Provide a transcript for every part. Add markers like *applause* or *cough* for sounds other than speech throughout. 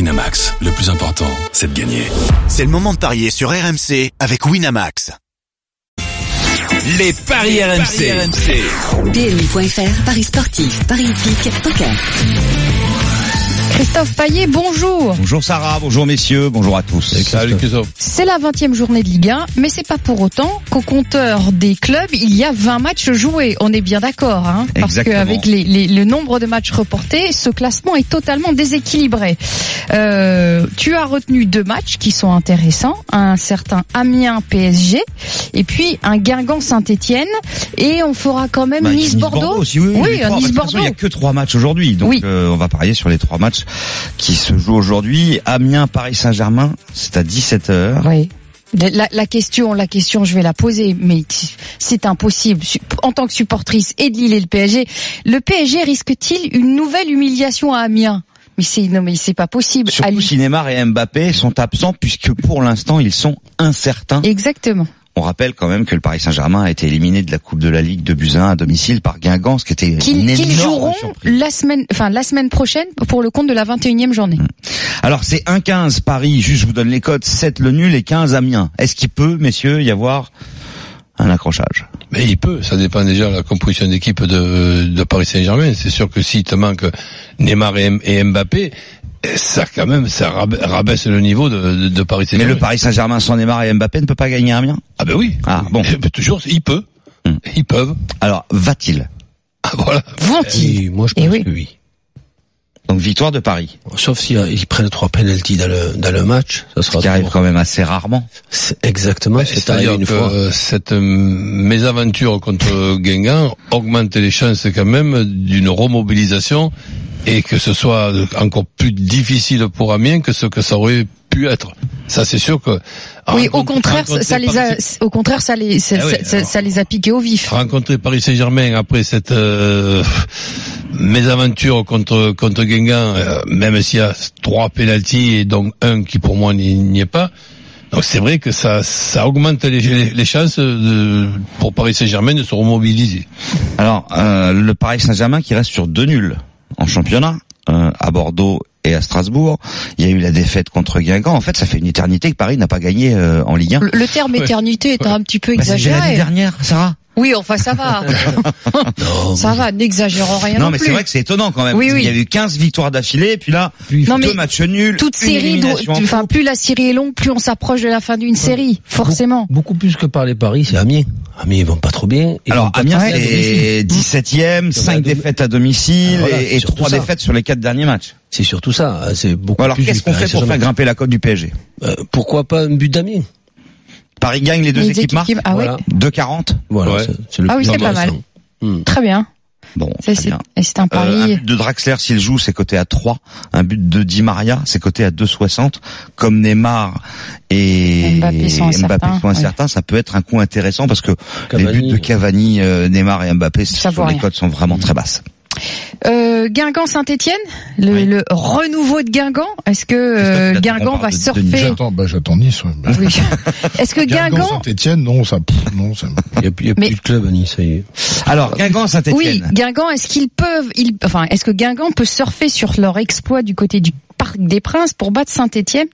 Winamax, le plus important, c'est de gagner. C'est le moment de parier sur RMC avec Winamax. Les paris, RMC. PMU.fr, Paris sportif, Paris hippique, poker. Christophe Paillet, bonjour. Bonjour Sarah, bonjour messieurs, bonjour à tous. Salut Christophe. C'est la 20e journée de Ligue 1, mais c'est pas pour autant qu'au compteur des clubs, il y a 20 matchs joués. On est bien d'accord, hein, parce Exactement. qu'avec les, les- le nombre de matchs reportés, ce classement est totalement déséquilibré. Euh, tu as retenu deux matchs qui sont intéressants, un certain Amiens PSG et puis un Guingamp Saint-Étienne et on fera quand même Bah, Nice Bordeaux. aussi, oui, oui, Oui, les un trois. Bah, de toute façon, Nice-Bordeaux. Il n'y a que trois matchs aujourd'hui, donc Oui. euh, on va parier sur les trois matchs qui se jouent aujourd'hui. Amiens, Paris Saint-Germain, c'est à 17h. Oui. La- La, la question, la question, je vais la poser, mais c'est impossible. Su- En tant que supportrice et de Lille et le PSG, le PSG risque-t-il une nouvelle humiliation à Amiens Mais c'est non, mais c'est pas possible. À Surtout Lille. si Neymar et Mbappé sont absents puisque pour l'instant ils sont incertains. Exactement. On rappelle quand même que le Paris Saint-Germain a été éliminé de la Coupe de la Ligue de Buzyn à domicile par Guingamp, ce qui était Qu'ils une qu'ils énorme joueront surprise. la semaine, enfin la semaine prochaine pour le compte de la 21e journée. Euh, Alors c'est 1-15 Paris, juste je vous donne les codes, 7 le nul et 15 Amiens. Est-ce qu'il peut, messieurs, y avoir un accrochage Mais il peut, ça dépend déjà de la composition d'équipe de, de Paris Saint-Germain. C'est sûr que s'il te manque Neymar et, M- et Mbappé, ça quand même, ça rab- rabaisse le niveau de, de- de Paris Mais Saint-Germain. le Paris Saint-Germain sans Neymar et Mbappé ne peut pas gagner à Amiens Ah ben oui. Ah, bon. Mais toujours, il peut. Hmm. Ils peuvent. *laughs* Alors, va-t-il Ah, voilà. Vont-ils moi je Eh pense oui. que oui. Donc victoire de Paris, Sauf s'ils prennent trois penalties dans le, dans le match, ce ça sera qui arrive toujours- quand même assez rarement. C'est- Exactement, c'est arrivé C'est-à-dire une que fois. euh, cette euh, mésaventure contre Guingamp augmente les chances quand même d'une remobilisation et que ce soit encore plus difficile pour Amiens que ce que ça aurait pu être. Ça, c'est sûr que... ah, Oui, au rencontrer- contraire, ça, ça rencontrer les a, Paris- au contraire, ça les, ça, Eh oui, ça- ça- alors. ça les a piqués au vif. Rencontrer Paris Saint-Germain après cette euh, mésaventure contre contre Guingamp, euh, même s'il y a trois pénalties et donc un qui pour moi n'y n'y est pas. Donc c'est vrai que ça ça augmente les, les- les chances de, pour Paris Saint-Germain de se remobiliser. Alors, euh, le Paris Saint-Germain qui reste sur deux nuls en championnat, euh, à Bordeaux et à Strasbourg. Il y a eu la défaite contre Guingamp. En fait, ça fait une éternité que Paris n'a pas gagné euh, en Ligue 1. Le, le terme éternité est un petit peu Bah, c'était l'année exagéré. dernière, Sarah Oui, enfin ça va, *laughs* Non, ça mais- va, n'exagérons rien Non, mais plus. c'est vrai que c'est étonnant quand même. Oui, oui. Il y a eu 15 victoires d'affilée, et puis là, Non, deux mais matchs nuls, toute une série, élimination doit- en enfin plus la série est longue, plus on s'approche de la fin d'une série, forcément. Beaucoup plus que par les paris, c'est Amiens. Amiens, ils vont pas trop bien. Ils Alors vont pas Amiens très bien à domicile. c'est 17ème, Ça 5 va à dom- défaites à domicile Ah, Voilà, et, et surtout 3 ça. défaites sur les 4 derniers matchs. C'est surtout ça, hein, c'est beaucoup Alors plus qu'est-ce du qu'on Paris fait pour faire Saint-Germain. grimper la cote du PSG Euh, Pourquoi pas un but d'Amiens Paris gagne les deux Les équipes, équipes marquent qui- ah ouais, Voilà. 2,40. Voilà, Ouais. c'est- c'est le Ah oui, plus c'est pas intéressant. Hmm. très bien. Bon, Ça, très c'est bien. et c'est un pari. Euh, un but de Draxler s'il joue, c'est coté à 3. Un but de Di Maria, c'est coté à 2,60. Comme Neymar et Mbappé sont incertains, ouais. incertains, ça peut être un coup intéressant parce que les Cavani, buts de Cavani, euh, Neymar et Mbappé Ça sur vaut les rien. cotes sont vraiment très basses. Euh, Guingamp Saint-Étienne, le, Oui. le renouveau de Guingamp. Est-ce que euh, Christophe, il attend Guingamp qu'on va parle de- de surfer J'attends, bah, j'attends Nice. ouais. *laughs* Oui. Est-ce que Guingamp, Saint-Etienne, non, ça, pff, non, ça. Il y a, il y a Mais- plus de club à Nice, ça y est. Alors Guingamp Saint-Étienne. oui, Guingamp, est-ce qu'ils peuvent, ils, enfin, est-ce que Guingamp peut surfer sur leur exploit du côté du Parc des Princes pour battre Saint-Étienne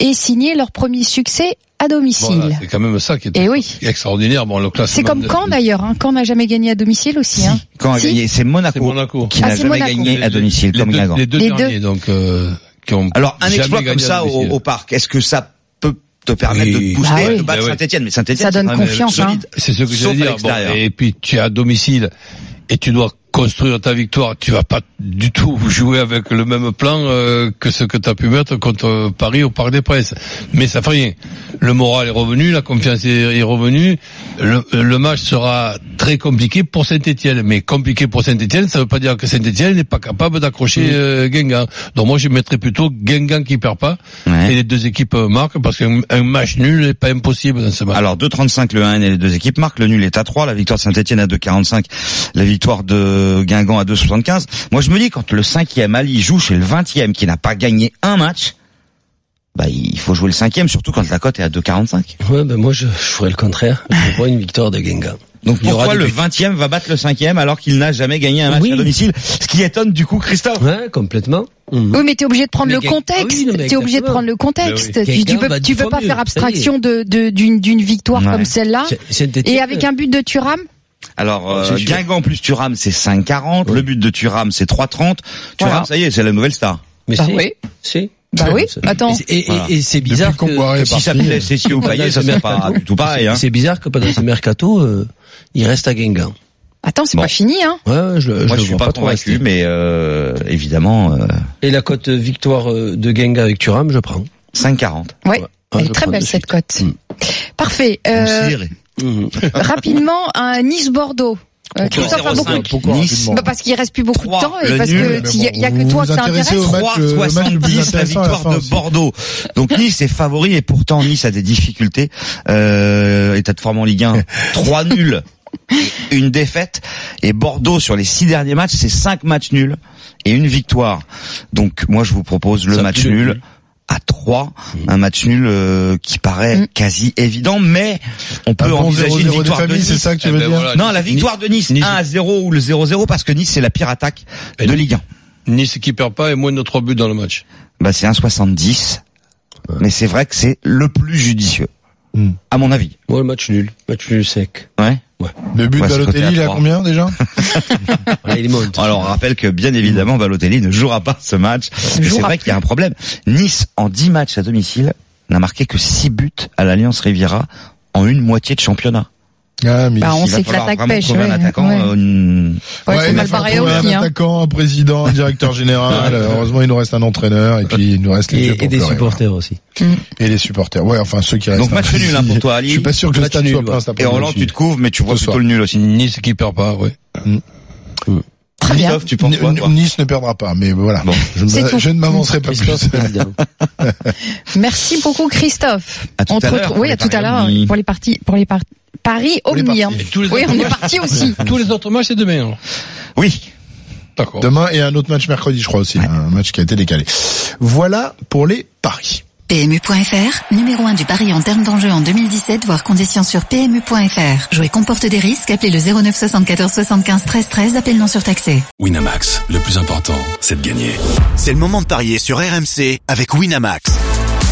et signer leur premier succès à domicile Voilà, c'est quand même ça qui est Eh oui. extraordinaire. Bon, le classement. C'est comme de- Caen d'ailleurs, hein. Caen n'a jamais gagné à domicile aussi. Hein. Quand a Si. gagné, c'est C'est Monaco, Monaco. qui Ah, n'a c'est jamais Monaco. gagné à domicile Les comme deux, Guingamp. les deux Les deux. Ah, derniers donc euh, qui ont Alors un jamais exploit gagné comme à ça au, domicile. au parc, est-ce que ça peut te permettre Oui. de te booster Bah et de oui. battre Bah oui. Saint-Etienne Mais Saint-Etienne, Ça c'est donne quand même euh, confiance, hein. solide. C'est ce que Sauf j'allais à dire. Bon, l'extérieur. et puis tu es à domicile et tu dois construire ta victoire. Tu vas pas du tout *laughs* jouer avec le même plan euh, que ce que tu as pu mettre contre euh, Paris au Parc des Princes. Mais ça fait rien. Le moral est revenu, la confiance est est revenue. Le, le match sera très compliqué pour Saint-Etienne. Mais compliqué pour Saint-Etienne, ça veut pas dire que Saint-Etienne n'est pas capable d'accrocher euh, Guingamp. Donc moi, je mettrais plutôt Guingamp qui perd pas Ouais. et les deux équipes euh, marquent parce qu'un un match nul n'est pas impossible dans ce match. Alors 2,35 le 1 et les deux équipes marquent, le nul est à 3, la victoire de Saint-Etienne à 2,45, la victoire de Guingamp à 2,75. Moi je me dis quand le cinquième Ali joue chez le 20e qui n'a pas gagné un match, bah il faut jouer le cinquième surtout quand la cote est à 2,45. Ouais, ben moi je, je ferais le contraire. Je vois une victoire de Guingamp. Donc Il y aura pourquoi des le buts. 20e va battre le 5e alors qu'il n'a jamais gagné un match Oui. à domicile Ce qui étonne du coup Christophe. Ouais, complètement. Mhm. Oui, mais t'es obligé de prendre Mais le quelqu'un- contexte. Ah oui, non, mais t'es obligé de exactement. prendre le contexte. Mais oui. Tu, tu Quelqu'un peux, va tu peux défendre pas mieux, faire ça y est. abstraction de de- d'une d'une victoire Ouais. comme celle-là. C'est- c'est- Ah. Et avec un but de Thuram, Alors euh, C'est sûr. Guingamp plus Thuram c'est 5,40. Oui. Le but de Thuram c'est 3,30. Thuram Voilà. ça y est c'est la nouvelle star. Mais bah c'est- oui, c'est- bah oui. c'est- Attends, Et, et- Voilà. et c'est bizarre Depuis qu'on que, boit Ouais, si ça parti. plaît Cécile *laughs* ou Payet ça serait pas du tout pareil. Hein. euh, c'est bizarre que pendant ce mercato, euh, il reste à Guingamp. attends, c'est Bon. pas fini, hein. Ouais, ouais, je, le- euh, je Moi le je suis vois pas, pas trop convaincu rester. mais euh, évidemment euh, Et la cote victoire euh, de Guingamp avec Thuram, je prends. 5,40. Ouais. Ah, Elle je est très prends belle de cette suite. cote. Mm. Parfait. Euh, Cire. Mhm. *laughs* rapidement, un Nice Bordeaux. Euh, Christophe a 0,5. beaucoup. Pourquoi Nice. rapidement Bah parce qu'il reste plus beaucoup Trois, de temps et le parce nul. que il y, a- y a que Vous toi vous que ça intéressez intéresse. au match, euh, le match le plus 3,70 la intéressant à la victoire fin de aussi. Bordeaux. Donc *laughs* Nice est favori et pourtant Nice a des difficultés. Euh, état de forme en Ligue *laughs* 1, 3 nuls, et une défaite. Et Bordeaux sur les 6 derniers matchs, c'est 5 matchs nuls et une victoire. Donc moi je vous propose le Ça match pue le nul. À 3, un match nul euh, qui paraît Mm. quasi évident, mais on Un peut bon envisager une 0-0 des victoire de familles, c'est Nice. ça que tu Eh veux ben dire voilà. Non, la victoire de Nice, Nice. 1 à 0 ou le 0-0 parce que Nice c'est la pire attaque Et de Nice. Ligue 1. Nice qui perd pas et moins de trois buts dans le match. bah c'est 1,70. Mais c'est vrai que c'est le plus judicieux, Hmm. à mon avis. Ouais, match nul. Match nul sec. Ouais. Le but Ouais, de c'est Balotelli, coté à il est à trois. combien déjà Voilà, il monte. Alors on rappelle que bien évidemment Balotelli ne jouera pas ce match. Mais C'est jouera vrai qu'il y a un problème. Nice en 10 matchs à domicile n'a marqué que 6 buts à l'Alliance Riviera en une moitié de championnat. Ah, mais Bah, on Il va sait que falloir l'attaque vraiment pêche. trouver ouais, un attaquant, ouais. euh, une- Ouais, Ouais, c'est il mal faut barré trouver aussi. Un hein. attaquant, un président, un directeur général. Euh, Heureusement, il nous reste un entraîneur et puis il nous reste les Et, yeux et pour des pleurer, hein. supporters aussi. voilà. Et les supporters. Ouais, enfin ceux qui restent. Donc match hein. nul hein, pour toi Je Ali. suis pas sûr que le Match stade soit nul, plein cet Et après-midi. Roland, tu te couvres, mais tu vois Ce plutôt soir. le nul aussi. Nice qui perd pas, ouais. Très bien. Christophe, tu penses quoi N- toi Nice ne perdra pas, mais voilà. Bon. Je, ne- C'est tout. je ne m'avancerai pas plus. Christophe, président. Merci beaucoup Christophe. À tout On à te l'heure retrouve- pour Oui, les à tout à paris l'heure omnis. pour les parties pour les par- paris les omnis. hein. parties. Et tous les Oui, autres on est matchs, parti *laughs* aussi. tous les autres matchs, c'est demain. alors. Oui. D'accord. Demain et un autre match mercredi, je crois aussi. Un match qui a été décalé. Voilà pour les paris. PMU.fr, numéro 1 du pari en termes d'enjeu en 2017, voire conditions sur PMU.fr. Jouer comporte des risques, appelez le 09 74 75 13 13, appel non surtaxé. Winamax, le plus important, c'est de gagner. C'est le moment de parier sur RMC avec Winamax.